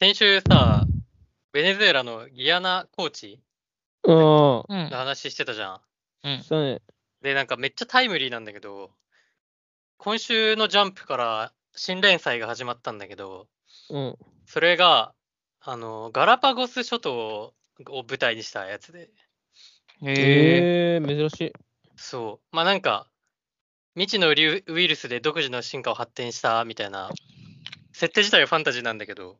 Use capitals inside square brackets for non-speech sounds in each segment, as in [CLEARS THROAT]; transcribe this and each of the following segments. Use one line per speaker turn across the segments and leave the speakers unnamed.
先週さ、ベネズエラのギアナコーチ
うん。
うん。
の話してたじゃん。
うん。
そうね。
で、なんかめっちゃタイムリーなんだけど、今週のジャンプから新連載が始まったんだけど、
うん。
それが、あの、ガラパゴス諸島を舞台にしたやつで、
え
ええ珍しい。
そう。まあなんか、未知のリュウイルスで独自の進化を発展したみたいな、設定自体はファンタジーなんだけど、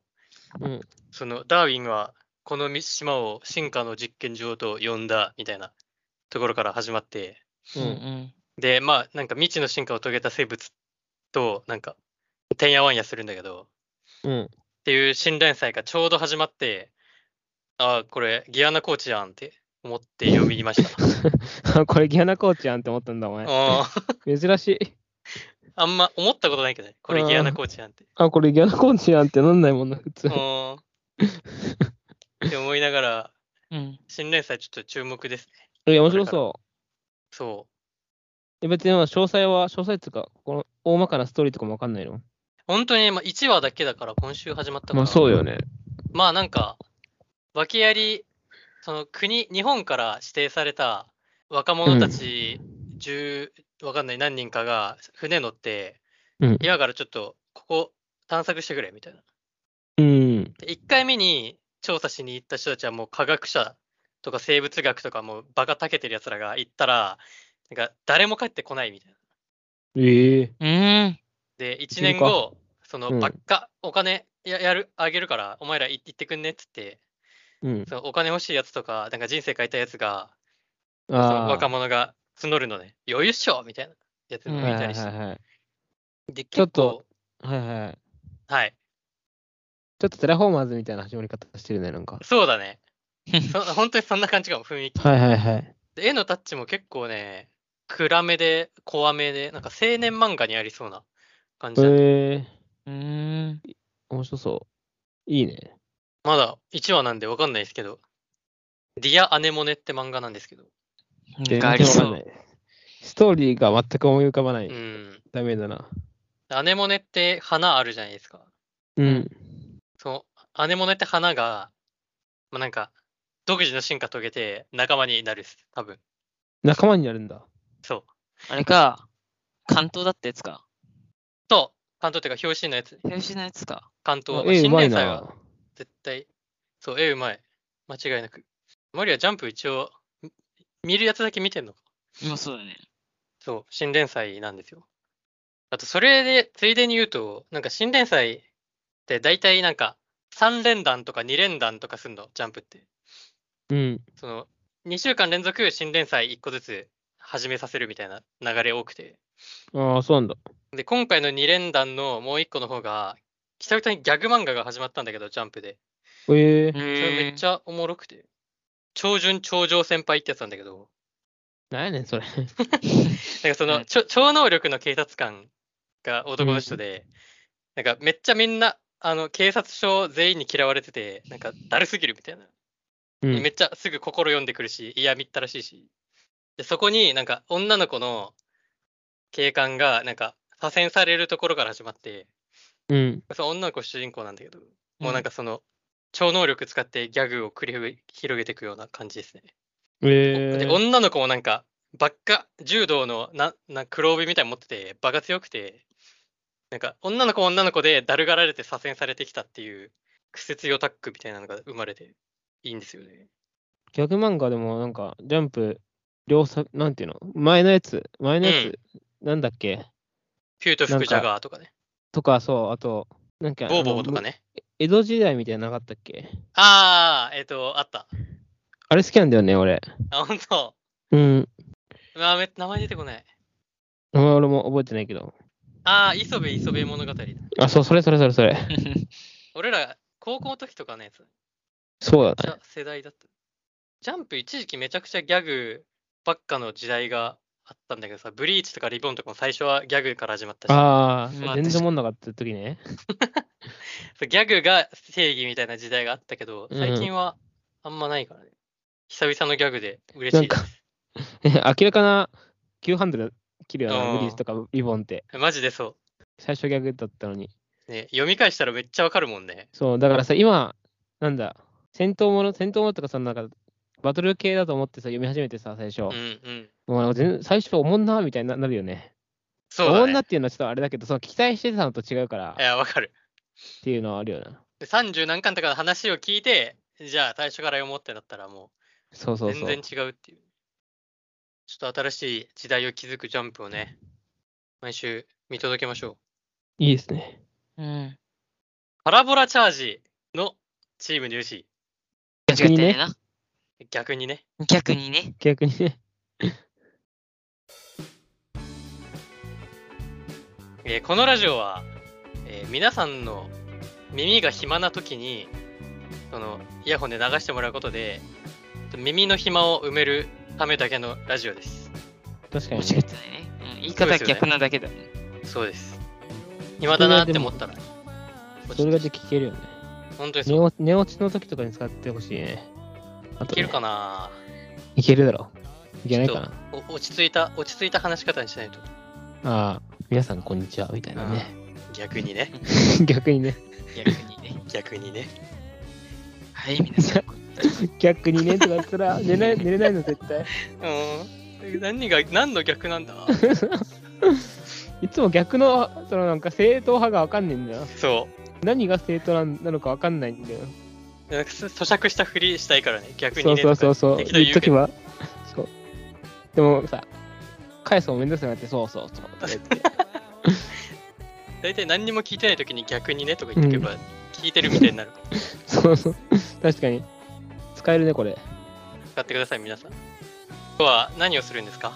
うん。
そのダーウィンはこの島を進化の実験場と呼んだみたいなところから始まって、
ー。うん
で、まあ、なんか未知の進化を遂げた生物と、なんか、てんやわんやするんだけど、っ
うん。 [LAUGHS]
ていう新連載がちょうど始まって、ああ、これ、ギアナコーチやんって思って読みま
[LAUGHS]
した。
あこれギアナコーチやんって思ったんだ、お前。
あー
珍しい。
あんま思ったことないけどね、これ、ギアナコーチやんって。
あ、これギアナコーチやんってなんないもんな、普通。
うんって思いながら、
うん。
新連載ちょっと注目ですね。
いや、面白そう
そ。
え別にまあ詳細は、詳細っつうか、この大まかなストーリーとかもわかんないの
う。本当に、まあ、1話だけだから、今週始まったから。
うよね。
まあなんか、訳あり、その国、日本から指定された若者たち10、わかんない何人かが船乗って、
うん
今からちょっとここ探索してくれみたいな。
うん。
で1回目に調査しに行った人たちはもう科学者とか生物学とかもうバカたけてる奴らが行ったら、なんか誰も帰ってこないみたいな。
ええ
うん。
で、1
か
年後、その
うん
ばっか、お金ややるあげるから、お前ら行行ってくんねっつって、
うん。
そのお金欲しいやつとか、なんか人生変えたやつが、そ
あ
の
あ。
若者が募るのね、余裕っしょみたいなやつを見
者
たりして。
はいはいはい
で、
ちょ
結
っと
構、
はい。はいはい。
はい、
ちょっとテラフォーマーズみたいな始まり方してるね、なんか。
そうだね。そ [LAUGHS] 本当にそんな感じかも、雰囲気。
はいはいはい。
で絵のタッチも結構ね、暗めで、怖めで、なんか青年漫画にありそうな感じだね、
ええ
うん。
面白そう。いいね。
まだ1話なんでわかんないですけど、ディア・アネモネって漫画なんですけど、
全
があ
然
り
わ
そ
かんな
う。
い。ストーリーが全く思い浮かばな
う
い。
ん。
ダメだな。
アネモネって花あるじゃないですか。
うん。
そう、アネモネって花が、まあ、なんか、独自の進化遂げて仲間になるっす、多分。
仲間になるんだ。
そう。
あれか、関東だったやつか。
と、関東っていうか、表紙のやつ、
編集のやつか。
関東、
ええ、う
新
まい
連載は
な。
絶対、そう、絵うまい。間違いなく。マリア、ジャンプ一応、み見るやつだけ見てんのか。
まあそうだね。
そう、新連載なんですよ。あと、それで、ついでに言うと、なんか新連載って大体なんか、3連弾とか2連弾とかすんの、ジャンプって。
うん。
その2週間連続新連載1個ずつ始めさせるみたいな流れ多くて。
ああ、そうなんだ。
で、今回の2連弾のもう1個の方が、久々にギャグ漫画が始まったんだけど、ジャンプで。
ええ
そ
それめっち
ゃ。
ゃおもろくて。超順超常先輩ってやつなんだけど、
なんやねん、それ。
なんかその、
うん
ちょ超能力の警察官が男の人で、なんかめっちゃみんな、あの、警察署全員に嫌われてて、なんかだるすぎるみたいな。
うん。
めっちゃすぐ心読んでくるし、嫌みったらしいし。で、そこになんか女の子の警官がなんか左遷されるところから始まって、
うん。
その女の子主人公なんだけど、もうなんかその超能力使ってギャグを繰り広げていくような感じですね。
ええ
で、女の子もなんかばっか、柔道のなな黒帯みたいに持ってて、場が強くて、なんか女の子は女の子でだるがられて左遷されてきたっていう苦節用タッグみたいなのが生まれていいんですよね。
ギャグ漫画でも、なんか、ジャンプ、両作、なんていうの前のやつ、前のやつ、なんだっけ
ピュート・フクジャガーとかね。
とか、そう、あと、なんか、
ボーボボとか
ね。
ね。
江戸時代みたいなのなかったっけ
ああ、えっ、と、あった。
あれ好きなんだよね、俺。
あ、ほんと。
うん。
うわめ名前出てこない。
俺も覚えてないけど。
ああ、磯部磯部物語だ。
あ、そう、それそれそれそれ。
俺ら、高校の時とかのやつ。
そう
めっ
だね。
ちゃ世代だった。ジャンプ一時期めちゃくちゃギャグばっかの時代があったんだけどさ、ブリーチとかリボンとかも最初はギャグから始まったし、
あ
ま
あ、
あ
全然もんなかった時ね。
そうギャグが正義みたいな時代があったけど、
うん
最近はあんまないからね。久々のギャグで嬉
な
し
ん
いで
か、 [LAUGHS] 明らかな急ハンドル切るよう
う
な、
ん
ブリーズとかリボンって。
す。マジでそう。
最初ギャグだったのに。
ね、読み返したらめっちゃわかるもんね。
そう、だからさ、今、なんだ、戦闘もの、戦闘ものとかさ、なんか、バトル系だと思ってさ、読み始めてさ、最初。
うんうん。
もうなんか全最初、おもんな、みたいにななるよね。
そう
おも
だ
ん
ね
なっ。ていうのはちょっとあれだけど、その期待してたのと違うから、
いや、わかる。
っていうのはあるよな。
で30何巻とかの話を聞いて、じゃあ最初から読もうってなったらも
そうそううそ
全
う。
然違うっていう。ちょっと新しい時代を築くジャンプをね、毎週見届けましょう。
いいですね。
うん。間
パラボラチャージのチーム入試。
逆
違
に
ってねえ
ね、
な。
逆にね。
逆にね。
逆にね。
えーこのラジオは、えー皆さんの耳が暇な時にそのイヤホンで流してもらうことで耳の暇を埋めるためだけのラジオです
確かに、
間違ってない
ね
ね。。うん、言い方は逆なだけだ。
そうです暇だなって思ったら
それがで聞けるよね。
本当にそ
寝
う
落ち寝落ちの時とかに使ってほしいね。あ
い
とね
けるかない
けるだろう。いけないかな。
お落ち着いた落ち着いた話し方にしないと
ああ、皆さんこんにちは、みたいなね。
逆にね
[LAUGHS] 逆にね。
逆にね。
逆にね
はい、皆さん。
逆にね、とか言った [LAUGHS] ら、寝ない、寝れないの絶対。
うん何が何の逆
[LAUGHS]
なんだ
いつも逆の、そのなんか正統派がわかんねえんだよな。
そ
何が正統なんなのかわかんないんだよ。
うなんかそ咀嚼したふりしたいからね逆に
そう
ね
そうそうそう。
適当に
言
言
っ
う
と
け
け
ど
ば。そう。でもさ、返すのもめんどくさくなって、そうそうそう。とか言 [LAUGHS] って
大体何にも聞いてない時に逆にねとか言っておけば聞いてるみたいになる、
そうそう。確かに。使えるね、これ。
使ってください皆さん今日は何をするんですか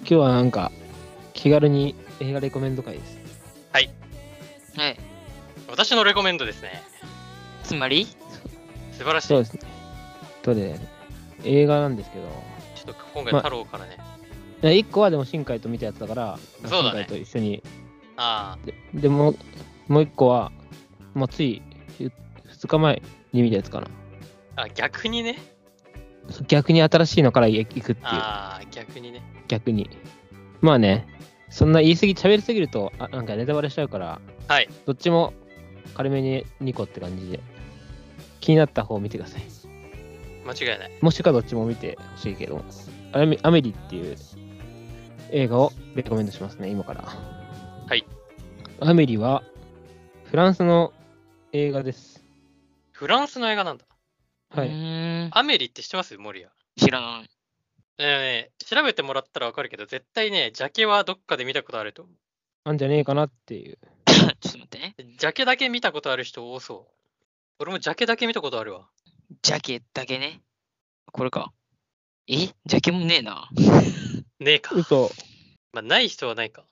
今日はなんか、気軽に映画レコメンド会です。
はい。
私のレコメンドですね
つまり、
素晴らしいち
そう
ょ
ですね。とで、映画なんですけど、
っと今回
ま
太郎からね、
1個はでも新海と見たやつだから、
そうだね
新海と一緒に。
あ
ででも、もう1個は、まあ、つい2日前に見たやつかな。
ああ逆にね
逆に新しいのから行くっていう、
ああ逆にね
逆に。まあね、そんな言い過ぎ、喋りすぎると、あなんかネタバレしちゃうから、
はい
どっちも軽めに2個って感じで、気になった方を見てください。
間違いない。
もしくはどっちも見てほしいけど、アメアメリっていう映画をレコメンドしますね、今から。はいアメリはフランスの映画です。
フランスの映画なんだ
は
う
い。
ーん。
アメリって知ってますモリア
知らない。 [COUGHS]
あのね調べてもらったらわかるけど絶対ねジャケはどっかで見たことあると思
あんじゃねえかなっていう。
ちょっと待ってね。
うジャケだけ見たことある人多そう俺もジャケだけ見たことあるわ
ジャケだけね。これか。えジャケもねえな。
ねえか、
嘘。
まあ、ない人はないか、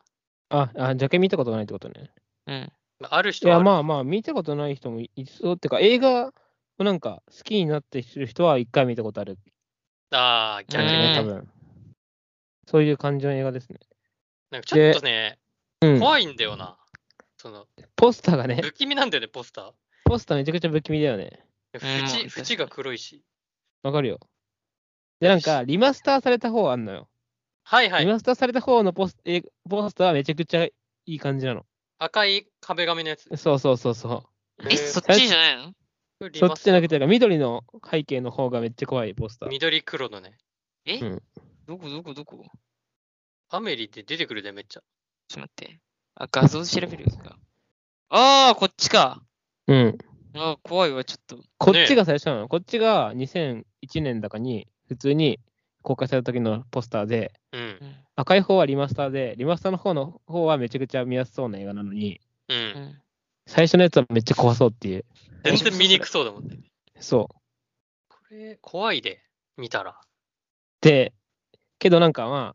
あ、あ、ジャケ見たことないってことね。
うん。
まあ、ある
い
人はあ
や、
る
まあまあ、見たことない人もいいそうってか、映画をなんか好きになってる人は一回見たことある
ああ、逆
感じ
に
ね、
ね
多。分。そういう感じの映画ですね。
なんかちょっとね、
うん。
怖いんだよな。その、
ポスターがね、
不気味なんだよね、ポスタ
ポスターめちゃくちゃ不気味だよね。
ー。
うん
縁、
確かに
縁が黒いし。
わかるよ。で、なんか、リマスターされた方あんのよ。
はいは
リ
い。
マスターされた方のポスえポスターはめちゃくちゃいい感じなの。
赤い壁紙のやつ。
そうそうそうそ
え、
ー
そっちじゃないの
これ
う。
リ
そ
マ
っ
ス
ちじ
タ
ゃ
ー
なくて、緑の背景の方がめっちゃ怖いポスター。
緑黒のね。
え、
うん
どこどこどこ
アメリって出てくるで、めっちゃ。
ちょっと待って。あ、画像調べるんですか。ああ、こっちか。
うん。
あー怖いわ、ちょっと。
こっちが最初なの。こっちが2001年だかに、普通に公開された時のポスターで、
うん
う。ん。
赤い方はリマスターで、リマスターの方の方はめちゃくちゃ見やすそうな映画なのに、
う。
うんん、
最初のやつはめっちゃ怖そうっていう。
全然見にくそうだもんね。
そう。
これ、怖いで、見たら。
で、けどなんかまあ、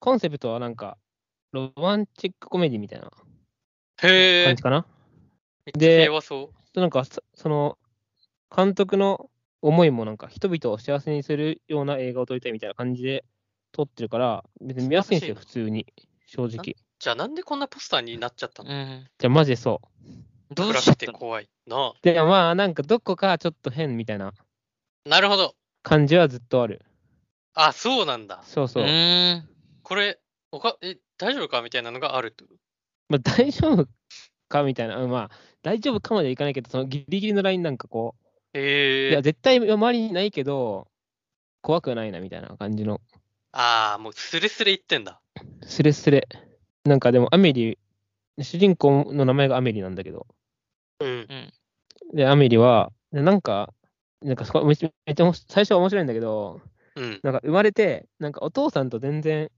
コンセプトはなんか、ロマンチックコメディみたいな
へ
感
え
じ。かな。
めっちゃ
で
平和そう。
となんかそ、その、監督の思いもなんか、人々を幸せにするような映画を撮りたいみたいな感じで撮ってるから、別に見やすいんですよ、普通に、正直。
じゃあなんでこんなポスターになっちゃったの
うん。
じゃあ、マジでそ
どう
暗
しちゃ
く
ってたの
怖い。な
う。で、まあ、なんか、どこかちょっと変みたいな
あ。なるほど。
感じはずっとある。
あ、そうなんだ。
そうそう
う。ーん。
これ、おかえ大丈夫かみたいなのがあるってこと
まあ、大丈夫かみたいな、うんまあ、大丈夫かまではいかないけど、そのギリギリのラインなんかこう、い
ええ
や、絶対周りにないけど、怖くはないなみたいな感じの、
ああ、もうスレスレ言ってんだ。
スレスレ。なんかでも、アメリ、主人公の名前がアメリなんだけど、
うん。
で、アメリは、でなんか、なんかそこめっちゃめっちゃ面白い最初は面白いんだけど、
うん。
なんか生まれて、なんかお父さんと全然、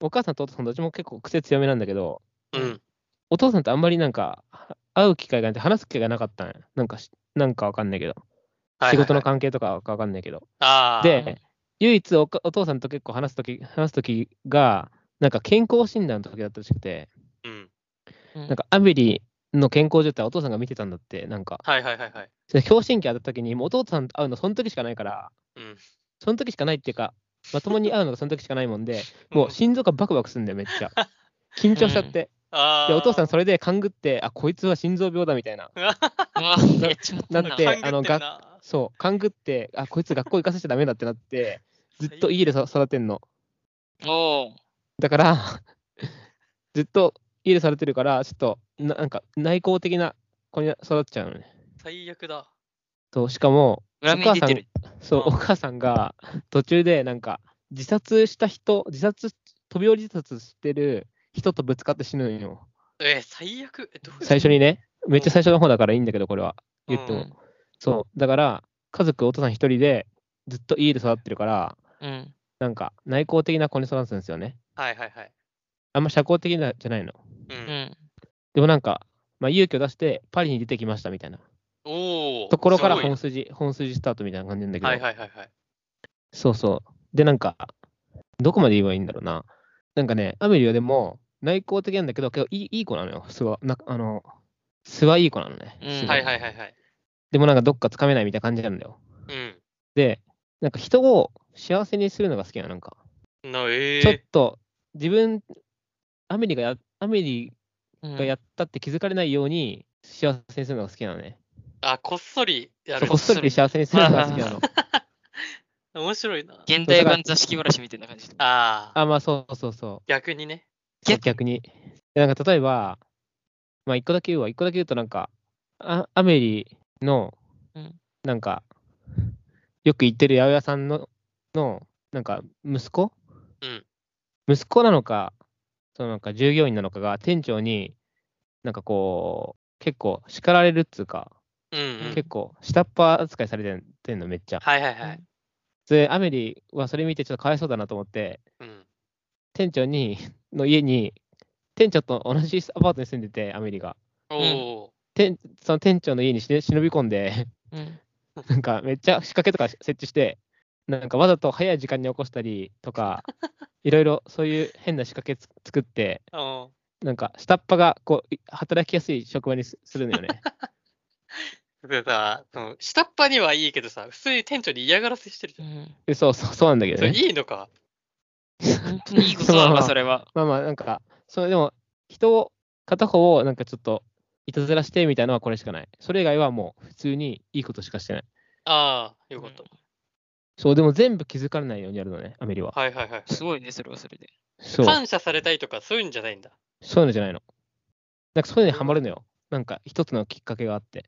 お母さんとお父さんどっちも結構癖強めなんだけど、
うん。
お父さんとあんまりなんか、は会う機会がなくて話す機会がなかったんや。なんかし、なんかわかんないけど、仕事の
関
関係とかかわかんないけど。
ああ。
で、唯一おかお父さんと結構話すとき、話すときが、なんか健康診断の時だったらしくて、
うん。
うん
なんかアメリの健康状態をお父さんが見てたんだって、なんか、
はいはいはいはい。
その表紙に当たった時に、もうお父さんと会うのその時しかないから、
うん。
その時しかないっていうか、まともに会うのがその時しかないもんで、も
ん
う心臓がバクバクすんだよ、めっ
[LAUGHS]
ちゃ。緊張しちゃって。
あ
で、
あ。
お父さんそれで勘ぐって、あ、こいつは心臓病だみた
[LAUGHS]
いな。
あーやっちまった
な
なんか勘
って
ぐ、
あの、
ってん
が、
な
そう、勘ぐって、あ、こいつ学校行かせちゃダメだってなって、ずっと家でそ育てんの。
おー
だから、ずっと家で育てるから、ちょっとな、なんか内向的な子に育っちゃうのね。
最悪だ。
そう、しかも、
裏目に出てる。
そう、
う
お母さんが途中でなんか自殺した人、自殺、飛び降り自殺してる人とぶつかって死ぬんよ。
えー、最悪。えどういう
最初にね、めっちゃ最初の方だからいいんだけど、これは。言って
う
も。
ん
そう、だから、家族、お父さん一人でずっと家で育ってるから、
うん。
なんか内向的な子に育つんですよね。
はいはいはい。
あんま社交的なじゃないの。
う。
うんん。
でもなんか、まあ、勇気を出してパリに出てきましたみたいな
おお。
ところから
すごい
本筋、本筋スタートみたいな感じなんだけど、
はいはいはいはい。
そうそう。で、なんか、どこまで言えばいいんだろうな。なんかね、アメリはでも、内向的なんだけど、けどいいいい子なのよ、すわ。なんかあの、すわいい子なのね。
うん
すご
はいはいはいはい。
でもなんか、どっかつかめないみたいな感じなんだよ。
う
で、なんか人を幸せにするのが好きなの、なんか。
ん。なえ
ちょっ
ー、
と、自分、アメリがや、アメリ
うん
がやったって気づかれないように、幸せにするのが好きなのね。
あ、こっそりや
そう
る
こっ。そり幸せにするのが好きなの。
面白いな。
現代版座敷わらしみたいな感じ。
ああ、
あ、まあ、そうそうそう。
逆にね。
そう逆に。なんか例えば、まあ一個だけ言うわ、一個だけ言うとなんか、あアメリの
うん、
なんか、よく行ってる八百屋さんの、のなんか息子、
うん
息子なのか、そのなんか従業員なのかが店長に、なんかこう、結構叱られるっつうか、
うん、うん。
結構下っ端扱いされてんてんのめっちゃ。
はいはいはい。
で、アメリはそれ見てちょっとかわいそうだなと思って、
うん。
店長にの家に、店長と同じアパートに住んでて、アメリが。
おお、
店その店長の家にしね忍び込んで、 [LAUGHS]
うん。
なんかめっちゃ仕掛けとか設置して、なんかわざと早い時間に起こしたりと
[LAUGHS]
か、いろいろそういう変な仕掛けつ作って、
お
なんか下っ端がこうい働きやすい職場にすするのよ
[LAUGHS]
ね。
ーでさ、その下っ端にはいいけどさ、普通に店長に嫌がらせしてるじ
う
ゃん。
ん
でそうそうそうなんだけ
そ
ど
れ
ね。
いいのか。
本当にいいことなのか、それは。
まあまあなんか、それでも人を、片方をなんかちょっといたずらしてみたいなのはこれしかない。それ以外はもう普通にいいことしかしてない。
ああ、よかった。
そう、でも全部気づかれないようにやるのね、アメリは。
はいはいはい。
すごいね、それはそれで。
そう、
感謝されたいとかそういうんじゃないんだ。
そういうのじゃないの。なんかそういうのにハマるのよ。なんか一つのきっかけがあって。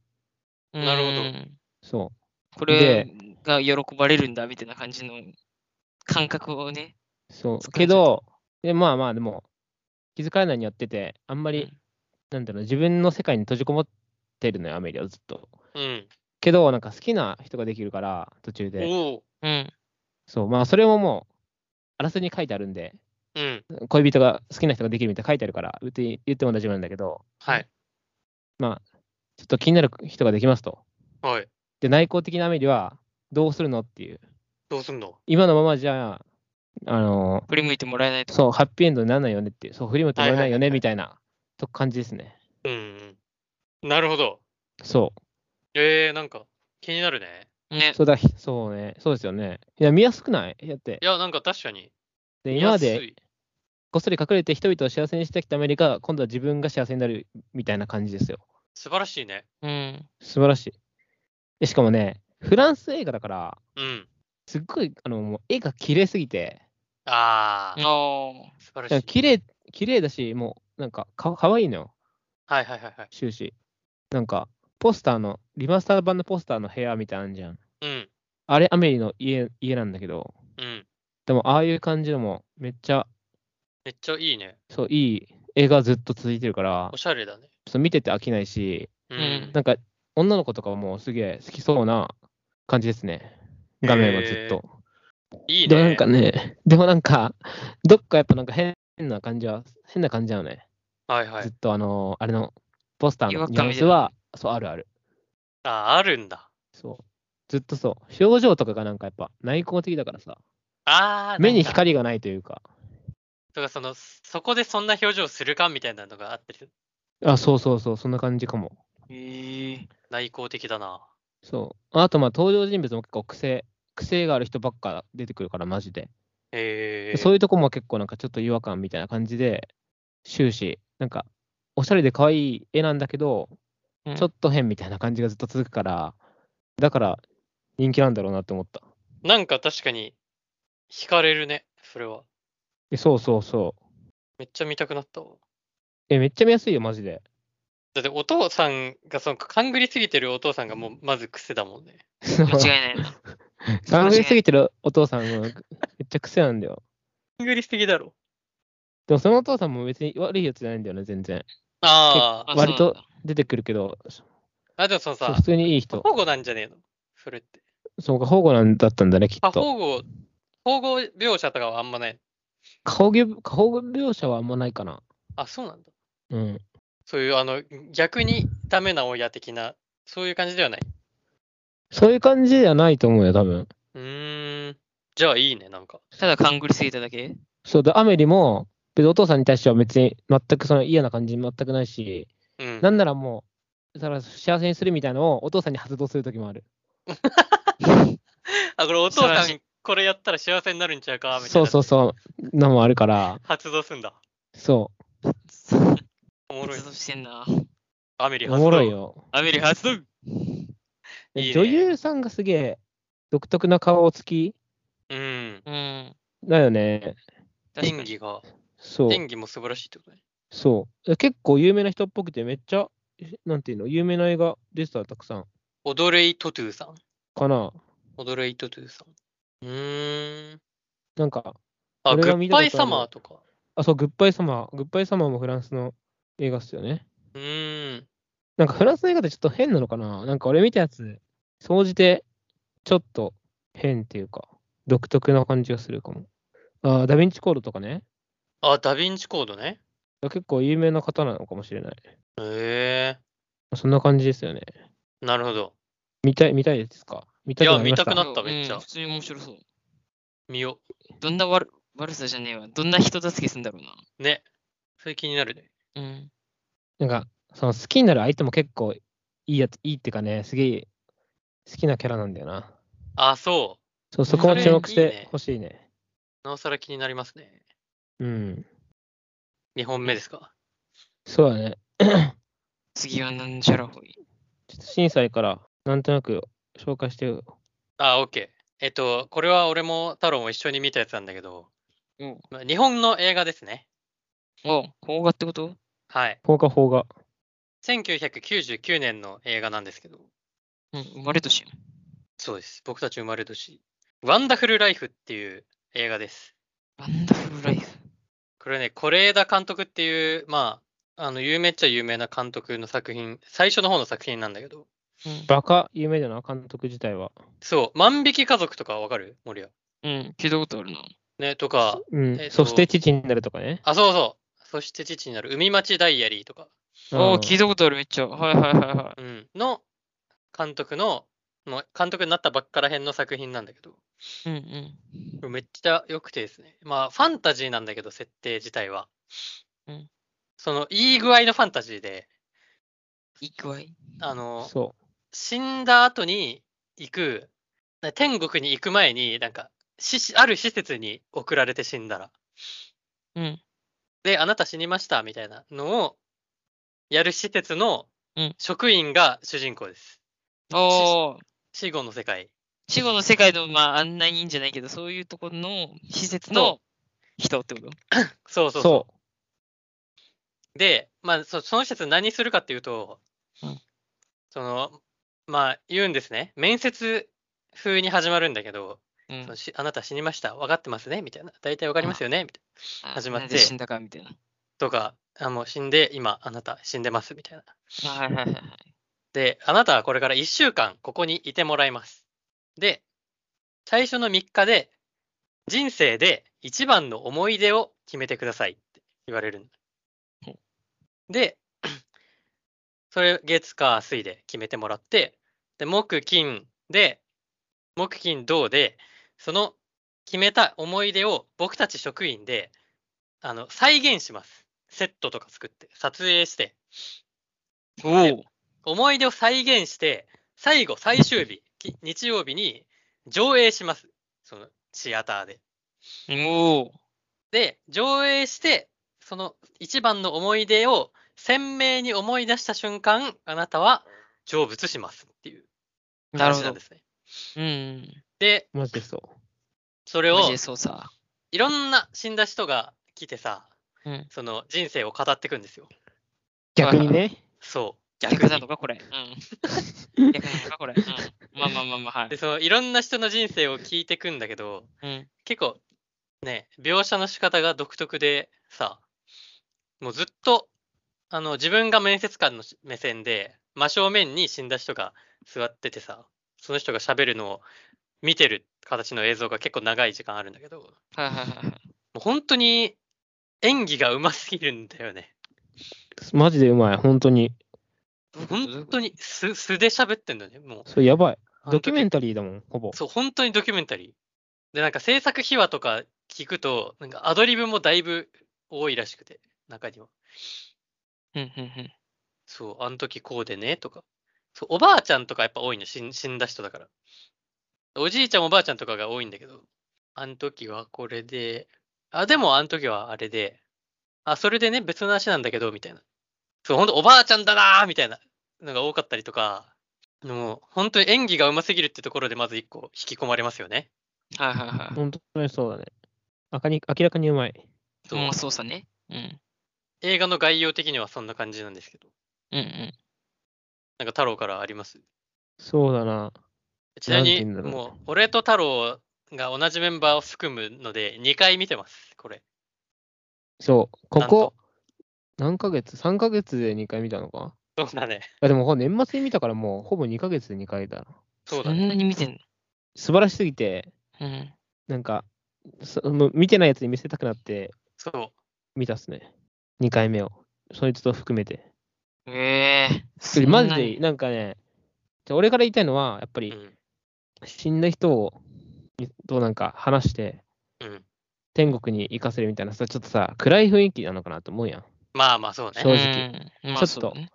なるほど
うん。
そ
これが喜ばれるんだみたいな感じの感覚をね。
う、そう
疲。
け
れちゃう
ど、でまあまあ、でも、気づかれないようにやってて、あんまり、
うん
なんだろう、自分の世界に閉じこもってるのよ、アメリはずっと。
うん。
けど、なんか好きな人ができるから、途中で。
おお。
うん。
そう、まあ、それももう、あらすじに書いてあるんで、
うん。
恋人が好きな人ができるみたいな書いてあるから、別に言っても大丈夫なんだけど、
はい。
ちょっと気になる人ができますと。
はい。
で、内向的なアメリは、どうするのっていう。
どうすんの
今のままじゃ、あの、
振り向いてもらえないと。
そう、ハッピーエンドにならないよねっていう、そう、振り向いてもらえないよ
はいはいはいは
ね
い
みたいなと感じですね。
うんうん。なるほど。
そ
えー、なんか気になるね。
う。
ね。
そうだ、ひそうね。そうですよね。いや、見やすくないだって
い。や、なんか確かに。
で、今ま
安
で
い
こっそり隠れて人々を幸せにしてきたアメリカが、今度は自分が幸せになるみたいな感じですよ。
素晴らしいね。
うん。
素晴らしい。で、しかもね、フランス映画だから、
うん。
すっごい、あの、もう絵が綺麗すぎて、
ああ、
おー
素晴らしい。
綺麗、綺麗だし、もう、なんかか、かわいいのよ。
はいはいはいはい。
終始。なんか、ポスターの、リマスター版のポスターの部屋みたいなんじゃん。
うん。
あれ、アメリの家家なんだけど、
うん。
でも、ああいう感じのも、めっちゃ、
めっちゃいいね。
そう、いい映画ずっと続いてるから
お、しゃれだね。
そう見てて飽きないし、
うん。
うん
なんか、女の子とかもすげえ好きそうな感じですね。画面はずっと。
いい
で
ね。
もなんかね、でもなんか、どっかやっぱなんか変な感じは、変な感じなのね。
はいは
ずっ
い。
とあの、あれのポスター
違
の
和感
ニュアンスは、そう、あるある。
あ、あるんだ。
そう。ずっとそう。表情とかがなんかやっぱ内向的だからさ、
ああ、
目に
なんか。
光がないというか、
とか、その、そこでそんな表情するかみたいなのがあってる、
あ、そうそうそう、そんな感じかも。
へえ。
内向的だな。
そう。あと、まあ、登場人物も結構癖、癖がある人ばっか出てくるから、マジで。
ええ
そういうとこも結構なんかちょっと違和感みたいな感じで、終始、なんか、おしゃれで可愛い絵なんだけど、
うん
ちょっと変みたいな感じがずっと続くから、だから人気なんだろうなって思った。
なんか確かに、惹かれるね。それは。
えそうそうそう。
めっちゃ見たくなったわ。
え、めっちゃ見やすいよ、マジで。
だってお父さんが、その、勘ぐりすぎてるお父さんがもう、まず癖だもんね。
間違いない [LAUGHS] な。
寒いすぎてるお父さんはめっちゃ癖なんだよ。
勘ぐりすぎだろ。
でもそのお父さんも別に悪いやつじゃないんだよね、全然。
ああ
あ
割
そう
と
なんだ
出てくるけど、
あ、でもその
そう
さ
普、通にいい人。
保護なんじゃねえのそれって。
そうか、保護なんだったんだね、きっ
あ、
と。
保護、保護描写とかはあんまない。
過保護過保護描写はあんまないかな。
あ、そうなんだ。
うん。
そういう、あの、逆にダメな親的な、そういう感じではない。
そういう感じじゃないと思うよ、多分。
うーん。じゃあいいね、なんか。
ただ勘ぐりすぎただけ
そうだ、アメリも、別にお父さんに対しては別に全くその嫌な感じ全くないし、
うん。
なんならもう、だから幸せにするみたいなのをお父さんに発動する時もある。
あ、これお父さ
素晴ら
ん、これやったら幸せになるんちゃうかみたい
そう
な。
そうそう、のもあるから、
発動すんだ。
そ
おもろい
発。動してんな。
アメリ
う、
発動。
おもろい。よ。
アメリ発動
いいね
女優さんがすげえ独特な顔つき
うん。
うん。
だよね。
確か
演
に。
技が、
そう。
演技も素晴らしいってことね。
そう。結構有名な人っぽくて、めっちゃ、なんていうの、有名な映画でした、たくさん。
オドレイ・トトゥさん。
かな。
オドレイ・トトゥさん。うーん。
なんか、
あ、グ
俺が見
ッ
たこと
バ
ある
イ・サマーとか。
あ、そう、グッバイ様。グッバイ様もフランスの映画っすよね。
うーん。
なんかフランスの映画ってちょっと変なのかな。なんか俺見たやつ、総じて、ちょっと変っていうか、独特な感じがするかも。あーダヴィンチコードとかね。
あ、ダヴィンチコードね。
結構有名な方なのかもしれない。
へえ
そんな感じですよね。
なるほど。
見たい、見たいですか見たくなりました
いや見たくなっためっちゃ
うん普通に面白そう。
見よ
どんな悪悪さじゃねえわ。どんな人助けすんだろう
う。ね。それ気になるね。
な。うん。
なんか、その好きになる相手も結構いいやつ、いいっていうかね、すげえ好きなキャラなんだよな。
あ、そ
そう、そこも注目し
それいい
て
ね
ほしいね。
う。なおさら気になりますね。
うん。
2本目ですか。
そうだね。
次はなんちゃらほい。
ちょっと震災から、なんとなく紹介してよ。
あ、OK。えっと、これは俺も太郎も一緒に見たやつなんだけど、
おう
まあ日本の映画ですね。
おう、邦画ってこと
はい。
放課放課。
1999年の映画なんですけど、
うん、生まれ年やん。
そうです。僕たち生まれ年。ワンダフルライフっていう映画です。
ワンダフルライフ。
これね、是枝監督っていう、まあ、あの、有名っちゃ有名な監督の作品、最初の方の作品なんだけど、
う
バカ有名だな、監督自体は。
そう、万引き家族とかわかる森谷。
ん、うん、聞いたことあるな。
ね、とか、
うん。
えっと
そして父になるとかね。
あ、そうそう。そして父になる海町ダイアリーとか、
おう
うん
聞いたことある、めっちゃ。はいはいはいは
うん、の監督の、もう監督になったばっからへんの作品なんだけど、こ
い。うんうん。
れめっちゃ良くてですね。まあ、ファンタジーなんだけど、設定自体は。
うん
その、いい具合のファンタジーで、
いくわい。
あの、
そ
死んだ後に行く、な天国に行く前に、なんか、しある施設に送られて死んだら、
うん。
で、あなた死にましたみたいなのをやる施設の
うん
職員が主人公です。
おー、
死後の世界
死後の世界の、まあ、案内人じゃないけど、そういうところの施設の人ってこと
そうそう
う。
そう
そ
で、まあそ、その人たち何するかっていうと、
うん
その、まあ、言うんですね。面接風に始まるんだけど、
うん
そのしあなた死にました。分かってますねみたいな。大体分かりますよねみたいな。
あ
始まって
なんで死んだかみたいな。
とか、あもう死んで、今、あなた死んでます。みたいな。
はいはいはいはい。
で、あなたはこれから1週間、ここにいてもらいます。で、最初の3日で、人生で一番の思い出を決めてくださいって言われる
ほう。
で、 [CLEARS THROAT] それ月火水で決めてもらって、で、木金で、木金銅で、その決めた思い出を僕たち職員で、あの、再現します。セットとか作って、撮影して。
おお
思い出を再現して、最後、最終日、き日曜日に上映します。そのシアターで。
おお
で、上映して、その一番の思い出を鮮明に思い出した瞬間、あなたは成仏しますっていう
なるほ
話なん
ど
で。すね。
うん。
で、
マジでそう。
それ
マ
を
ジでそうさ。
いろんな死んだ人が来てさ、
うん
その人生を語ってくんですよ。
逆にね。
そう。逆
逆なの
に。
かこれ。 [LAUGHS] うん。逆なのかこれ。うん。まあまあまあまあ、はい
で、。そのいろんな人の人生を聞いてくんだけど、
うん。
結構ね、描写の仕方が独特でさ、もうずっと、あの、自分が面接官のし目線で、真正面に死んだ人が座っててさ、その人が喋るのを見てる形の映像が結構長い時間あるんだけど、も
はいはいはいはい。
う本当に演技が上手すぎるんだよね。
マジでうまい、本当に。
どういうことどういう
本
こと
当に素素で喋ってんだよね、もう。
それやばい。ドキュメ
ン
ンタリーだもん、ほぼ。
そう、本当にドキュメンタリー。で、なんか制作秘話とか聞くと、なんかアドリブもだいぶ多いらしくて、中には。
うんうんうん。
そう、あの時こうでね、とか。そう、おばあちゃんとかやっぱ多いの、死ん死んだ人だから。おじいちゃん、おばあちゃんとかが多いんだけど、あの時はこれで、あ、でもあの時はあれで、あ、それでね、別の話なんだけど、みたいな。そう、ほんとおばあちゃんだなーみたいなのが多かったりとか、もう、本当に演技が上手すぎるってところで、まず一個引き込まれますよね。
はいはいはい。
本当にそうだね。あかに明らかにうまい。
そう
まあそうさね。うん。
映画の概要的にはそんな感じなんですけど、
うんうん。
なんか太郎からあります
そうだな。
ちなみに、
なんて言うんだろう
もう、俺と太郎が同じメンバーを含むので、2回見てます、これ。
そう、こ
なんと
こ、何ヶ月 ?3 ヶ月で2回見たのか
そうだね。
あでもほら年末に見たからもうほぼ2ヶ月で2回だな。
そう
そ
だ
ん
ね。
なに見てんの
素晴らしすぎて、
うん。
なんか、そもう見てないやつに見せたくなって
そう。
見たっすね。2回目を。そいつと含めて。
ええ
で
そんな
マ
に
ジで、なんかね、じゃあ俺から言いたいのは、やっぱ
う
り
ん。
死んだ人を、となんか話して、
うん。
天国に行かせるみたいなさ、ちょっとさ、暗い雰囲気なのかなと思うやん。
まあまあ、そうね
正。直
うん。
ちょ
まあ
っと
そうだね。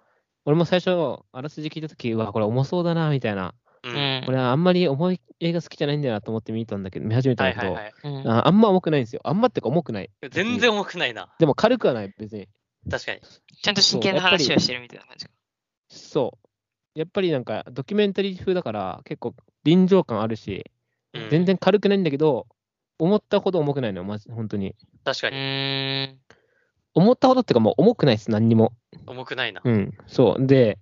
俺も最初、あらすじ聞いたとき、うわ、これ重そうだな、みたいな。
う。
うんん。
俺はあんまり重い映画好きじゃないんだよなと思って見たんだけど、見始めた
は
ん
い
だ
は
け
い
ど
は、い。
うん
ああんま重くないんですよ。あんまってか重くない。
全然重くないな。
でも軽くはない、別に。
確かに。
ちゃんと真剣な
そうやっぱり
話はしてるみたいな感じか。
そう。やっぱりなんかドキュメンタリー風だから、結構臨場感あるし、
うん
全。然軽くないんだけど、思ったほど重くないのよ、マジ本当に。
確か
う
に。
ーん。
思ったほどっていうか、もう重くないです、何にも。
重くないな。
うん、そう。で、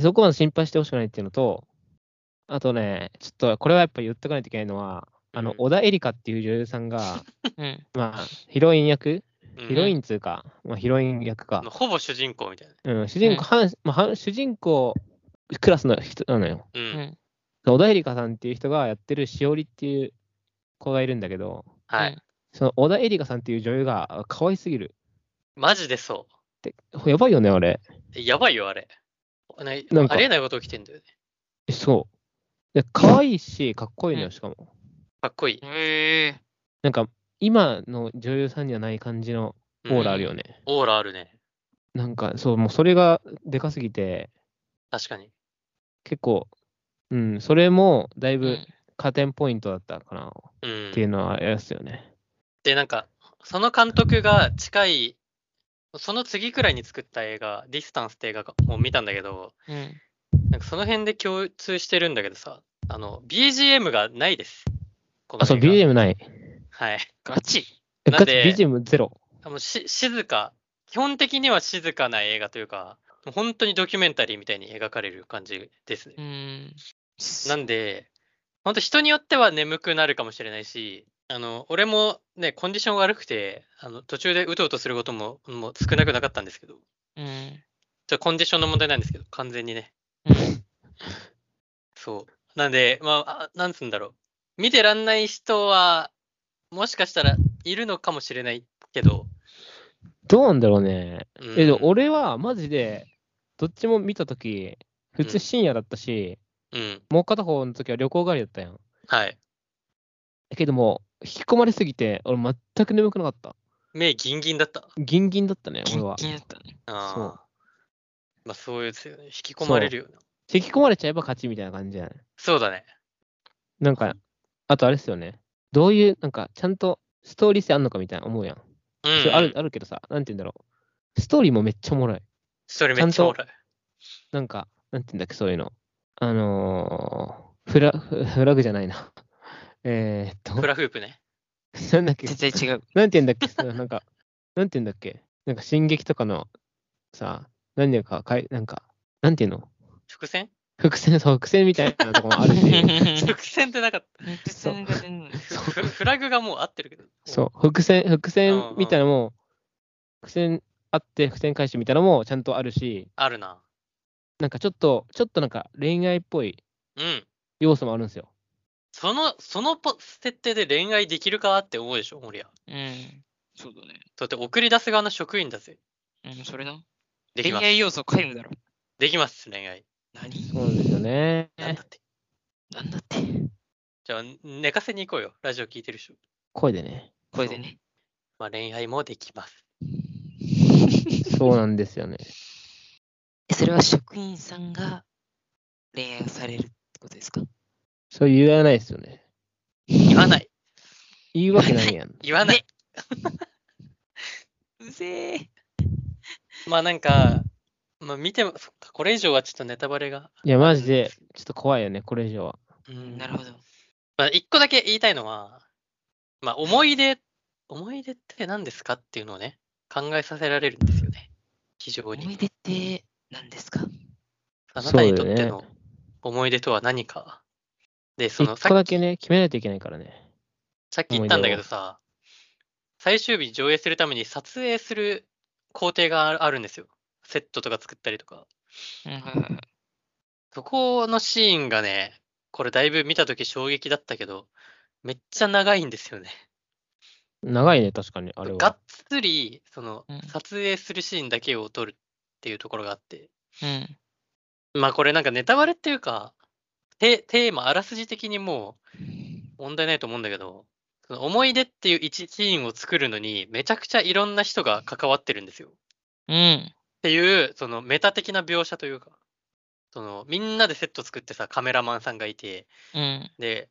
そこまで心配してほしくないっていうのと、あとね、ちょっとこれはやっぱ言っとかないといけないのは、あの
う、ん
小田エリカっていう女優さんが、
うん。
まあ、ヒロイン役
うん
ヒロインつうか、まあ、ヒロイン役か。
ほぼ主人公みたいな。
うん、主人
うん
公、半まあ半、主人公クラスの人なのよ。
う。
うんん。
小田エリカさんっていう人がやってるしおりっていう子がいるんだけど、
はい。
その小田エリカさんっていう女優があ可愛すぎる。
マジでそ
でやばいよね、あれ。
う。やばいよ、あれ。ね
なんか
ありえないこと起きてんだよね。
えそう。で可愛いし、かっこいいの
う
よ、
ん
しかも。
かっこいい。
へえ
なんか、今の女優さんにはない感じの
う
オ
ん
ーラあるよね。
オーラあるね。
なんか、そう、もうそれがでかすぎて、
確かに。
結構、うん、それもだい
ー。う
ぶ
ん
加点ポイントだったかなっ
うん。
ていうのはあれですよね。
で、なんか、その監督が近い、その次くらいに作った映画、ディスタンスって映画がもう見たんだけど、
うん。
なんかその辺で共通してるんだけどさ、あの、BGM がないです。この
あ、そう、
映画
BGM ない。
はい。
ガチ
え
なん
かつ
で
BGM ゼロ。
あもうし静か、基本的には静かな映画というか、本当にドキュメンタリーみたいに描かれる感じですね。
うん。
なんで、本当人によっては眠くなるかもしれないし、あの、俺もね、コンディション悪くて、あの、途中でうとうとすることも、もう少なくなかったんですけど、ちょ
うん。
っとコンディションの問題なんですけど、完全にね。
うん
そう。なんで、まあ、あなんつうんだろう。見てらんない人は、もしかしたらいるのかもしれないけど。
どうなんだろうね。
うん
え、でも俺はマジで、どっちも見たとき、普通深夜だったし、
うん。
もう片方の時は旅行帰りだったやん。
はい。
だけども、引き込まれすぎて、俺全く眠くなかった。
目ギンギンだった。
ギンギンだったね、
キ
俺
ン
は。
キンだったね。
あー
そう
まあ、そういうですよね。引き込まれるような。
引き込まれちゃえば勝ちみたいな感じじゃない
そうだね。
なんか、あとあれっすよね。どういう、なんか、ちゃんとストーリー性あんのかみたいな思うやん。
うん
それあるあるけどさ、なんて言うんだろう。ストーリーもめっちゃおもろい。
それめっちゃおもろい。
なんか、なんて言うんだっけ、そういうの。あのー、フラ、フフラグじゃないな。 [LAUGHS] えー、っと
フ、ラフープね。
なんだっけ、
絶対違 [LAUGHS] う。
なんて言うんだっけ、そのなんか、なんて言うんだっけ、なんか進撃とかの、さ、何年か、かいなんか、なんて言うの
伏線
伏線、そう、伏線みたいなとこもあ
[LAUGHS]
るし、
伏線ってなかっ
伏線が出んのね
た。フフラグがもう合ってるけど。
そう、伏線、
う
伏
んう
線
ん
みたいなのも、伏線あって、伏線回収みたいなのもちゃんとあるし、
あるな。
なんかちょっと、ちょっとなんか恋愛っぽい
うん。
要素もあるんですよ。
その、そのポ設定で恋愛できるかって思うでしょ、森谷。
うん。そうだね。
だって送り出す側の職員だぜ。
うん、それな。
でき
恋
ます。
愛要素皆無だろ。
できます、恋愛。
何
そうなんですよね。
なんだって。
なんだって。
じゃあ、寝かせに行こうよ。ラジオ聞いてる人。
声でね。
これでね。
まあ、恋愛もできます。
そうなんですよね。
それは職員さんが恋愛をされるってことですか
そう言わないですよね。
言わない。
言うわけない [LAUGHS] やん。
言わない。
うぜえ。
まあ、なんか、まあ、見ても、そっか、これ以上はちょっとネタバレが。
いや、マジで、ちょっと怖いよね、これ以上は。
うん
なるほど。
まあ、一個だけ言いたいのは、まあ、思い出、思い出って何ですかっていうのをね、考えさせられるんですよね。非常
思い
に。
出って何ですか
あなたにとっ
そうだ
て
よ
の思い出とは何か。で、その、
一
さ
個
っ
だ
き、
けね、決めないといけないからね。
さっき言ったんだけどさ、最終日上映するために撮影する工程がああるんですよ。セットとか作ったりとか。
うんはいはいはい
そこのシーンがね、これだいぶ見たとき衝撃だったけど、めっちゃ長いんですよね。
長いね、確かに、あれ
がっ
は。
つり、その
うん、
撮影するシーンだけを撮るっていうところがあって、
うん。
まあこれなんかネタバレっていうか、テテーマ、あらすじ的にもう問題ないと思うんだけど、その思い出っていう一シーンを作るのに、めちゃくちゃいろんな人が関わってるんですよ。
うん。
っていう、そのメタ的な描写というか、そのみんなでセット作ってさ、カメラマンさんがいて、
うん。
で、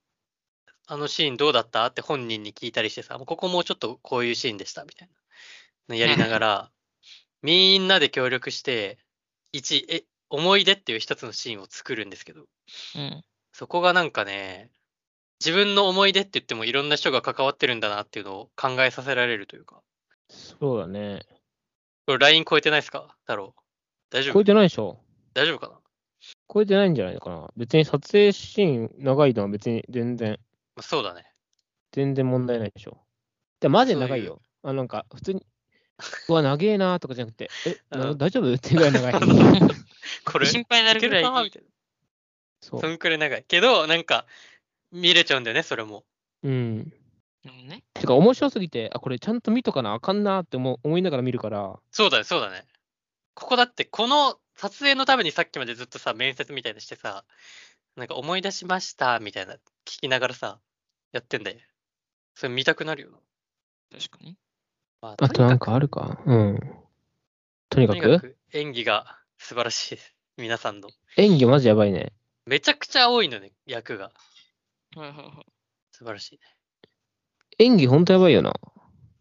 あのシーンどうだったって本人に聞いたりしてさ、もうここもうちょっとこういうシーンでしたみたいなのやりながら、みんなで協力して、一、え、思い出っていう一つのシーンを作るんですけど、
うん。
そこがなんかね、自分の思い出って言ってもいろんな人が関わってるんだなっていうのを考えさせられるというか、
そうだね。
これ LINE 超えてないですか太郎。大丈
超
夫
えてないでしょ。
大丈夫かなま
超えてないんじゃないのかな。別に撮影シーン長いのは別に全然、
あそうだね。
全然問題ないでしょ。で、マジで長い
そ
よ。あなんか、普通に、うわ、長えなとかじゃなくて、え、な
うん
大丈夫っていうぐらい長い。
これ、
心配になるぐらい
いけるかみ
に
たいな
そ。
そうんくらい長い。けど、なんか、見れちゃうんだよね、それも。
うん。
なるほどね。
てか、面白すぎて、あ、これちゃんと見とかなあかんなって思う思いながら見るから、
そうだね、そうだね。ここだって、この撮影のためにさっきまでずっとさ、面接みたいなしてさ、なんか思い出しましたみたいな、聞きながらさ、やってんだよ。それ見たくなるよな。
確かに。
ま
あとなんかあ
る
るか。うん。とに
と
か
にか
く、
く演技が素晴らしいです。皆さんの。
演技マジやばいね。
めちゃくちゃ多いのね、役が。
はいはいはい。
素晴らしいね。
演技ほんとやばいよな。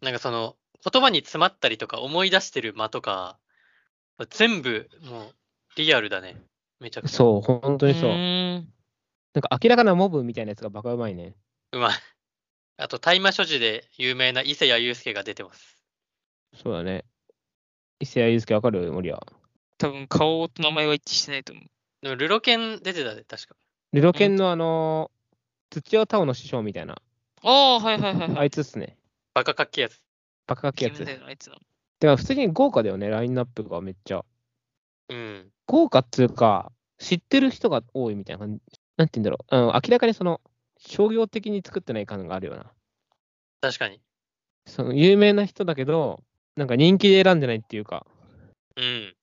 なんかその、言葉に詰まったりとか、思い出してる間とか、全部、もう、リアルだね。めちゃくちゃ。
そう、ほんとにそう。
ーん
なんか明らかなモブみたいなやつがバカうまいね。
うまい。 [LAUGHS] あと、大麻所持で有名な伊勢谷友介が出てます。
そうだね。伊勢谷友介わかる森谷。
多分顔と名前は一致してないと思う。
でもルロケン出てたで、確か。
ルロケンのあのー、土屋太鳳の師匠みたいな、
ああ、はいはいはいは
あ
い。
いつっすね。
バカかっけえやつ。
バカかっけえや
イ
つ。
ケメン
で
だよなあいつな。
も普通に豪華だよね、ラインナップがめっちゃ。
うん。
豪華っつうか、知ってる人が多いみたいな感じ。なんて言うんだろう。うん、明らかにその、商業的に作ってない感があるよな。
確かに。
その、有名な人だけど、なんか人気で選んでないっていうか。
うん。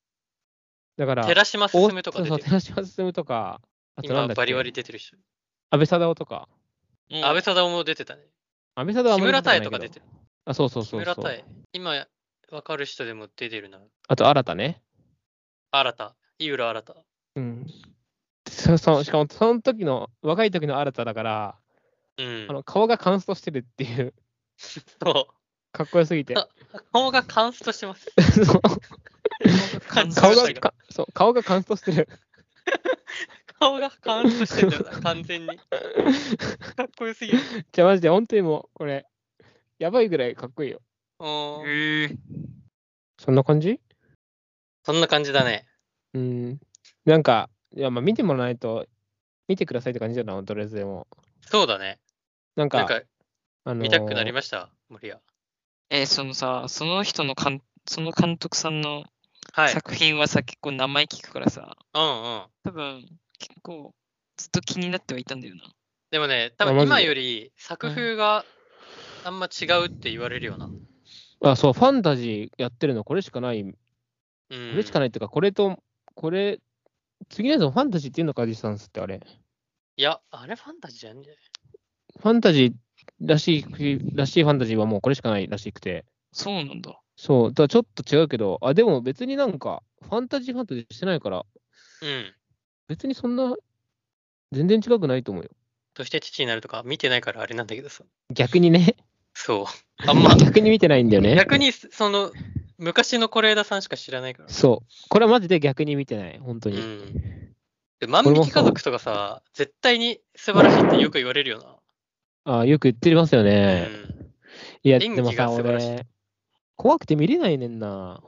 だから、
寺島進
お
とか出
そう
て
そう、
る。
寺島進とか、あとな
今
んだっけ、
バリバリ出てる人。
安倍貞夫とか。
うん
安倍貞夫も出てたね。
安倍貞夫はあ
木
んま
村
り出てな
多
い
江
け
とか出て
ど
る。
あ、そうそう
木
そう
村
そ
多
う。
江。今、わかる人でも出てるな。
あと、新たね。
新田。井浦新田。
うん。そうそう、しかも、その時の、若い時の新ただから、
うん
あ。の顔が乾燥してるっていう、
そ
かっこよすぎて。
う。顔がカンストして
[LAUGHS]
ます。
そう
乾
顔
燥し
が
てる。
かそう、顔が乾燥してる。 [LAUGHS]
顔がカンストしてんだよな、完全に。かっこよすぎる。
じゃあ、マジで、本当にもう、これ、やばいぐらいかっこいいよ。
うん
へえ。
そんな感じ
そんな感じだね。
うん。なんか、いや、まあ、見てもらわないと、見てくださいって感じだな、とりあえずでも。
そうだね。
なんか、
なんか、
あのー
見たくなりました、森谷。
えーそのさ、その人のかん、その監督さんの
はい。
作品はさ、結構名前聞くからさ、
うんうん。
多分結構ずっと気になってはいたんだよな。
でもね、多
あ
分
マジで
今より作風があんま違うって言われるような。
あ、そう、ファンタジーやってるの、これしかない、こ
うん。
れしかないっていうか、これと、これ、次のやつもファンタジーっていうのか、ディスタンスってあれ。
いや、あれファンタジーじゃんじゃない
ファンタジーらしい、らしいファンタジーはもうこれしかないらしくて。
そうなんだ。
そう、だからちょっと違うけど、あ、でも別になんか、ファンタジーファンタジーしてないから、
うん。
別にそんな、全然違くないと思うよ。
として父になるとか見てないからあれなんだけどさ。
逆にね。、
そう。あんま
[LAUGHS] 逆に見てないんだよね。
逆にその、昔の是枝さんしか知らないから。
そう。これはマジで逆に見てない、本当
う
に。
ん。で万引き家族とかさ、絶対に素晴らしいってよく言われるよ
あよく言ってますよ
な。
ね。
うん。
いや、で
演技
も
が
さ、
素晴らしい
俺、怖くて見れないね
[LAUGHS]
んな。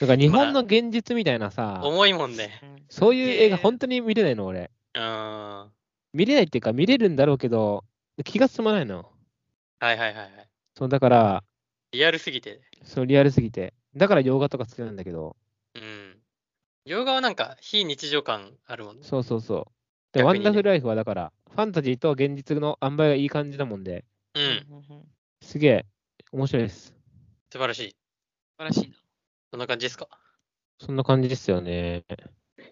なんか日本の現実みたいなさ、
重いもんね。
そういう映画
えー
本当に見れないの、俺。
うん。は
見れないっていうか、見れるんだろうけど、気が済まないの。
いはいはいはい。
そう、だから、
リアルすぎて。
そう、リアルすぎて。だから洋画とか好きなんだけど、
うん。洋画はなんか非日常感あるもんね。
そうそうそう。で、ワ
逆に
ン
ね
ダフルライフはだから、ファンタジーと現実の塩梅がいい感じだもんで、
う。
うんん。素
すげえ、面白いです。
素晴らしい。
晴らしいな。
そんな感じですか
そんな感じですよね。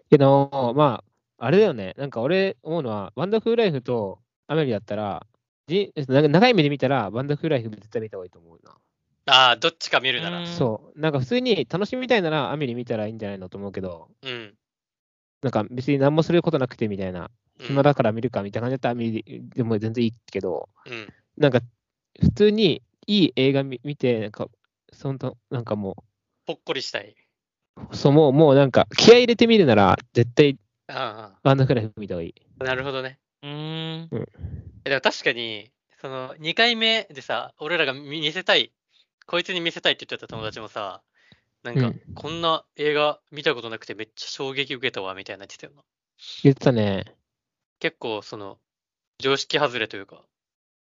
けど、まあ、あれだよね。なんか俺思うのは、ワンダフルライフとアメリだったら、じなんか長い目で見たら、ワンダフルライフ絶対見た方がいいと思うな。
ああ、どっちか見るなら。
うん
そう。なんか普通に楽しみたいなら、アメリ見たらいいんじゃないのと思うけど、
うん。
なんか別に何もすることなくてみたいな、
うん
暇だから見るかみたいな感じだったらアメリでも全然いいけど、
うん。
なんか普通にいい映画見見て、なんか、そんと、なんかも
ぽっこりしたい。
う、そうもう、もうなんか気合い入れてみるなら、絶対
あ
ワンダフルライフ見た方がいい。
あ、なるほどね。
うーん。
えでも確かに、その2回目でさ、俺らが見見せたい、こいつに見せたいって言ってた友達もさ、なんか、
うん
こんな映画見たことなくてめっちゃ衝撃受けたわみたいな言ってたよな。
言ってたね。
結構その、常識外れというか、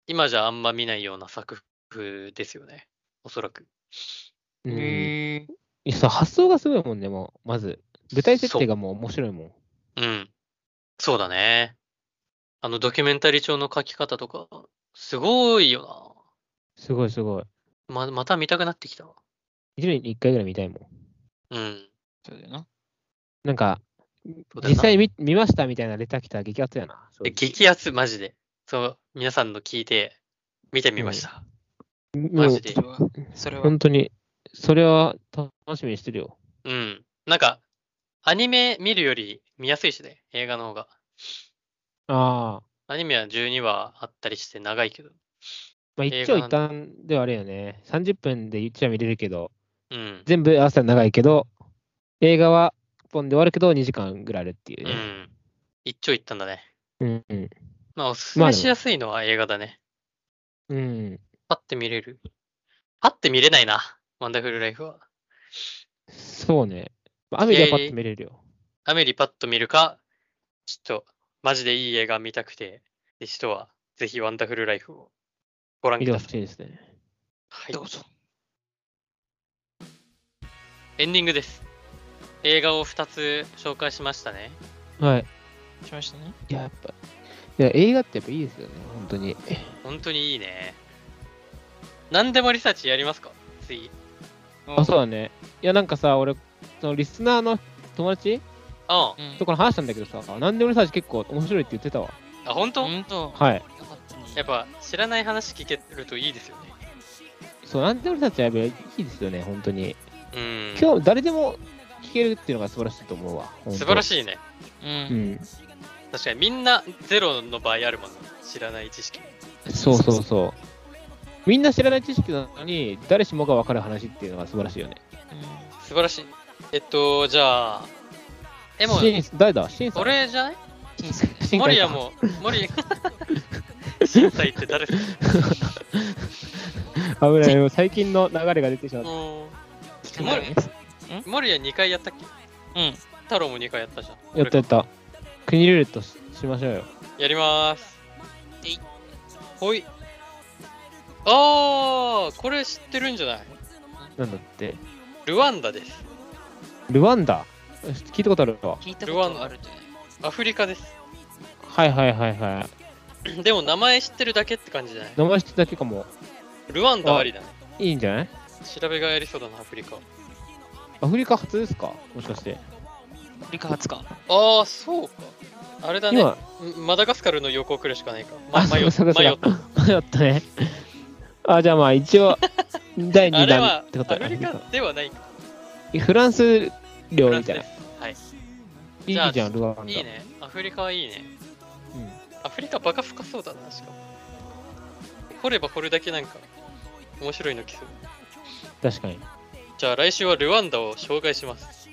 今じゃあんま見ないような作風ですよね。おそらく。
うん
へえ。
いやそう発想がすごいもんね、もう、まず。舞台設定がもう面白いもん。
うん。そうだね。あのドキュメンタリー調の書き方とか、すごいよ
すごいすごい。
な。ま、また見たくなってきたわ。
一年に一回ぐらい見たいもん。
うん。
そうだよな。
なんか、
そうだよ
実
な
際見見ましたみたいなレター来たら激アツやな。正
で
直
激アツ、マジで。そう、皆さんの聞いて、見てみました。
も
マジ
う、
で
そ。れは。それは。
本当に、それは楽しみにしてるよ。
うん。なんか、アニメ見るより見やすいしね、映画の方が。
ああ。
アニメは12話あったりして長いけど。
まあ、
映
一
画
長
なん
一
だ
短ではあれよね。30分で一話見れるけど、
うん。
全部合わせたら長いけど、映画は一本で終わるけど、2時間ぐらいあるっていう
う
ね。
ん。一長一短だね。
うん。うん。
まあ、おすす
まあ
め
でも
しやすいのは映画だね。
うん。
パッて見れる。パッて見れないな、ワンダフルライフは。
そうね。まあ雨ではパッと見れるよ。
アメリパッと見るか、ちょっと、マジでいい映画見たくて、って人は、ぜひワンダフルライフをご覧く
見てほ
ださ
しいですね。
い。
ど。
はいう
ぞ。
エンディングです。映画を2つ紹介しましたね。
はい。
しましたね。
いや、やっぱ、いや映画ってやっぱいいですよね、本当に。
本当にいいね。何でもリサーチやりますか次。
あ、そうだね。いや、なんかさ、俺、そのリスナーの友達
あ
うん。
とこの話したんだけどさ、なんでもリサーチ結構面白いって言ってたわ。
あ、あ、本当
本当。よか
はい。
ったね。
やっぱ知らない話聞けるといいですよね。
そう、なんでもリサーチはやっぱいいですよね、本当に。
うん。
今日、誰でも聞けるっていうのが素晴らしいと思うわ。
素晴ら
い。
しいね。
う。
うんん。
確かにみんなゼロの場合あるもんね。知らない知識。
そうそうそう。みんな知らない知識なのに、誰しもが分かる話っていうのが素晴らしいよね。
素晴らしい。えっと、じゃあ、えも、
シン誰だシンさん。
俺じゃない
金さん
シンさん
森谷も、森谷、審査って
[LAUGHS]
誰ですか
危ないよ。最近の流れが出てしまった。
聞かないね。
森谷2回やったっけ
うん。
太郎も2回やったじゃん。
やったやった。国ルーレットししましょうよ。
やりまーす。
えい
ほい。あー、これ知ってるんじゃない
なんだって。
ルワンダです。
ルワンダ。聞いたことあるわ。
聞いたことあるんじゃない
アフリカです。 [CLEARS THROAT]
はいはいはいはい。
でも名前知ってるだけって感じじゃない
名前知ってただけかも。
ルワンダありだね。
いいんじゃない
調べがやりそうだな、アフリカ。
アフリカ初ですかもしかして。
アフリカ初か。
ああ、そうか。あれだね。
今、
んマダガスカルの横を来るしかないか。ま、
あそう
迷
か
っ
そうかそうか
迷った。
迷ったね。あ、じゃあまあ一
[LAUGHS]
応、第
あ
2
れ
弾
は
ってこと
アフリカではないか。
フランス領みたいな。
フランスです
いい
じゃあ
じゃん、ルワンダ。
はい。いいね。アフリカはいいね。
うん
アフリカバカ深そうだな、しかも。掘れば掘るだけなんか、面白いの来そう。
確かに。
じゃあ来週はルワンダを紹介します。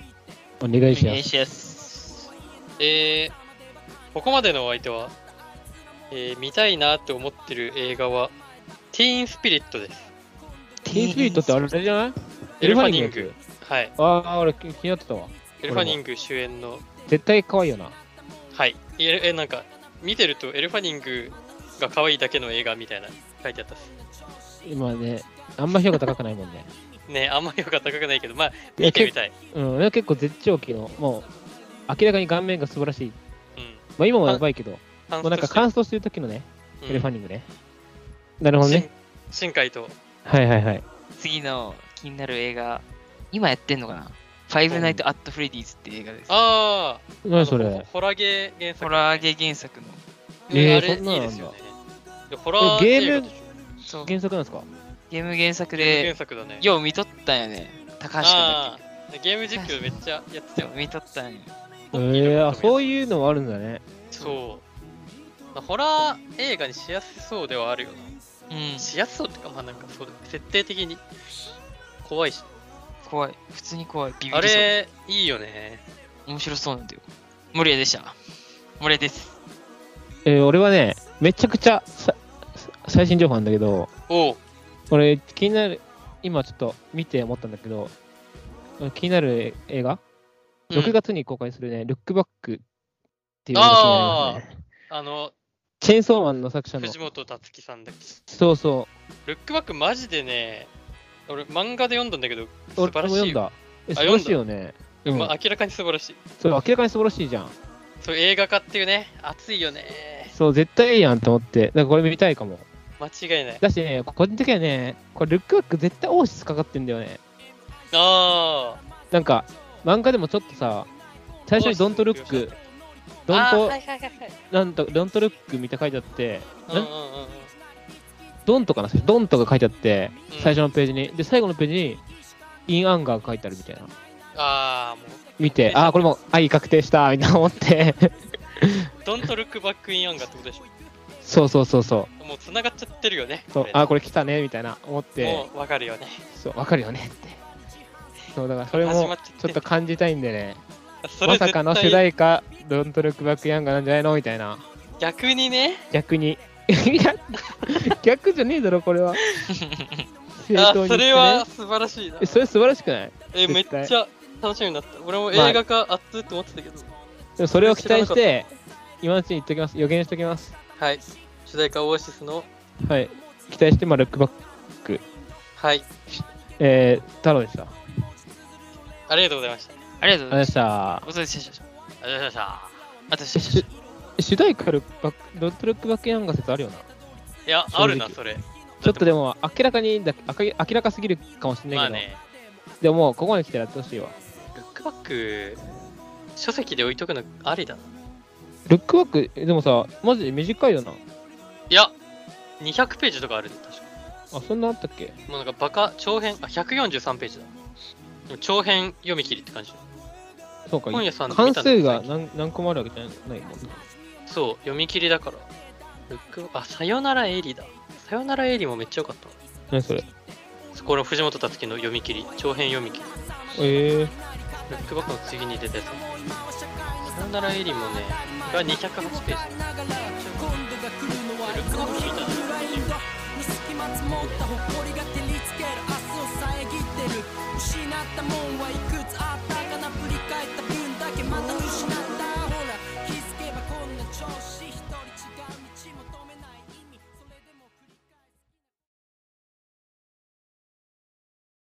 お願いし
お
ま
願い
す。
します。
えー、ここまでのお相手は、えー見たいなって思ってる映画は、ティーンスピリットです。
テイスイートってあれじゃない
エルファニング
エルファニン
はい。
グああ、俺気になってたわ。
エルファニング主演の、
絶対可愛いよな。
はい。え、えなんか、見てるとエルファニングが可愛いだけの映画みたいな書いてあったっす。
今ね、あんま評価高くないもんね。
ねあんま評価高くないけど、まあ、見てみたい。
[LAUGHS] うん、結構絶頂期の、もう、明らかに顔面が素晴らしい。
うん。
まあ今もやばいけど、も
感
うなんか
想として
乾燥してる時のね、エルファ
うん
ニングね。なるほどね。
新新海と、
はいはいはい。
次の気になる映画、今やってんのかなファイブナイト・アット・フレディーズっていう映画です。
ああ、
何そ
あのホ
れ
ホラゲー原作。
ホラーゲー原作の。
えー
あれ
そんなの
いいですよね。いやホラー
えゲーム
映画でしょ
そう。ゲ
原作なんですか
ーム原作
ゲーム原
で、
作だね。
よう見とったんよね。高橋君だ
ああー、ゲーム実況めっちゃやってた
け。よ
よ
う。見とったんよ。
えー、あそう
いう。
いうのもあるんだね。
そう。まあホラー映画にしやすそうではあるよ
うん
な。。しやすそうってか、まあなんかそうだよね設定的に怖いし。
怖い。普通に怖い。ビビ
あ
りそう。
れ、いいよね。
面白そうなんだよ。森谷でした。森谷です。
えー、俺はね、めちゃくちゃさ最新情報なんだけど、
おう
俺気になる、今ちょっと見て思ったんだけど、気になる映
う
画、
ん
6月に公開するね、ルックバックっていう映画気になりますね
あの、
チェーンソーマンの作者の
藤、本達樹さんだっけ。
そうそ
ルックバックマジでね、俺漫画で読んだんだけど、
う、
素
俺
晴
も
らしいよ。
読んだ。え
あ
素晴らしいよね。うん、
まあ、明らかに素晴らしい。
そう明らかに素晴らしいじゃん。
そう映画化っていうね、熱いよね。
そう、絶対いいやんと思って、だからこれ見たいかも。
間違いない。
だしね、個人的にはね、これルックバック絶対オーシスかかってんだよね。
あ
なんか、漫画でもちょっとさ、最初にドントルッ
オーシス
ク
の、あ。
ドン
あー
ト
はいはいはいはい。
なんと、ドントルックみたいな書いてあって、
うんうんうんうん。
ドンとかな、ドンとか書いてあって、最
初。
初のページに。で、最後のページに、インアンガー書いてあるみたいな。
ああ、もう。
見て、ああ、これも愛確定した、みたいな思って。 [LAUGHS]
ドントルックバックインアンガーってことでしょ。
そうそうそうそ
もう繋がっちゃってるよね。
う。そうあー、これ来たね、みたいな思って、
もうわかるよね。
そう、わかるよねって。そう、だからそれ
始ま
も
っちゃって、
ちょっと感じたいんでね。
そ
ま
れ絶対
さかの主題歌、ドントルックバックインアンガーなんじゃないのみたいな。
逆にね。
逆に。 [LAUGHS] いや逆じゃねえだろ、これは。
[LAUGHS]
正
あー
当
そ
に言ってね
れは素晴らしいな
え。それ素晴らしくない
え、めっ
絶対
ちゃ楽しみになった。俺も
まあ
映画化熱って思ってたけど。
でもそれを期待して、今のうちに言っときます。予言しときます。
はい。主題歌オアシスの、
はい。期待して、まあ、ルックバック。
はい。
えー、太郎でした。あり
ありがとうございました。
ありがとう
がとうご
ござ
ざいまし
いましたた。。お疲れ様でした。
ありがとうございました。
あとしし
主題歌ルックバック、ロットルックバックヤンガ説あるよな。
いや、
正直
あるな、それ。
ちょっとでも、明らかにだ、あか明らかすぎるかもしれ
ま
ない
あ
けど、
ね、
でももうここまで来てやってほしいわ。
ルックバック、書籍で置いとくのありだな。
ルックバック、でもさ、マジで短いよな。
いや、200ページとかあるね、確か。
あ、そんなあったっけ
もうなんかバカ、長編、あ、143ページだ。でも長編読み切りって感じ。
そうか、
本屋さんで見
関
たの
数が
最近
何何個もあるわけじゃないもんね。
そう、読み切りだから。ルックあ、さよならエリだ。さよならエリもめっちゃ良かった。
何それ
そこの藤本達樹の読み切り、長編読み切り。
えー、
ルックバックの次に出たやつ。さよならエリもね、が208ページ。ルックバック聞いたの
失ったもんはいくつあった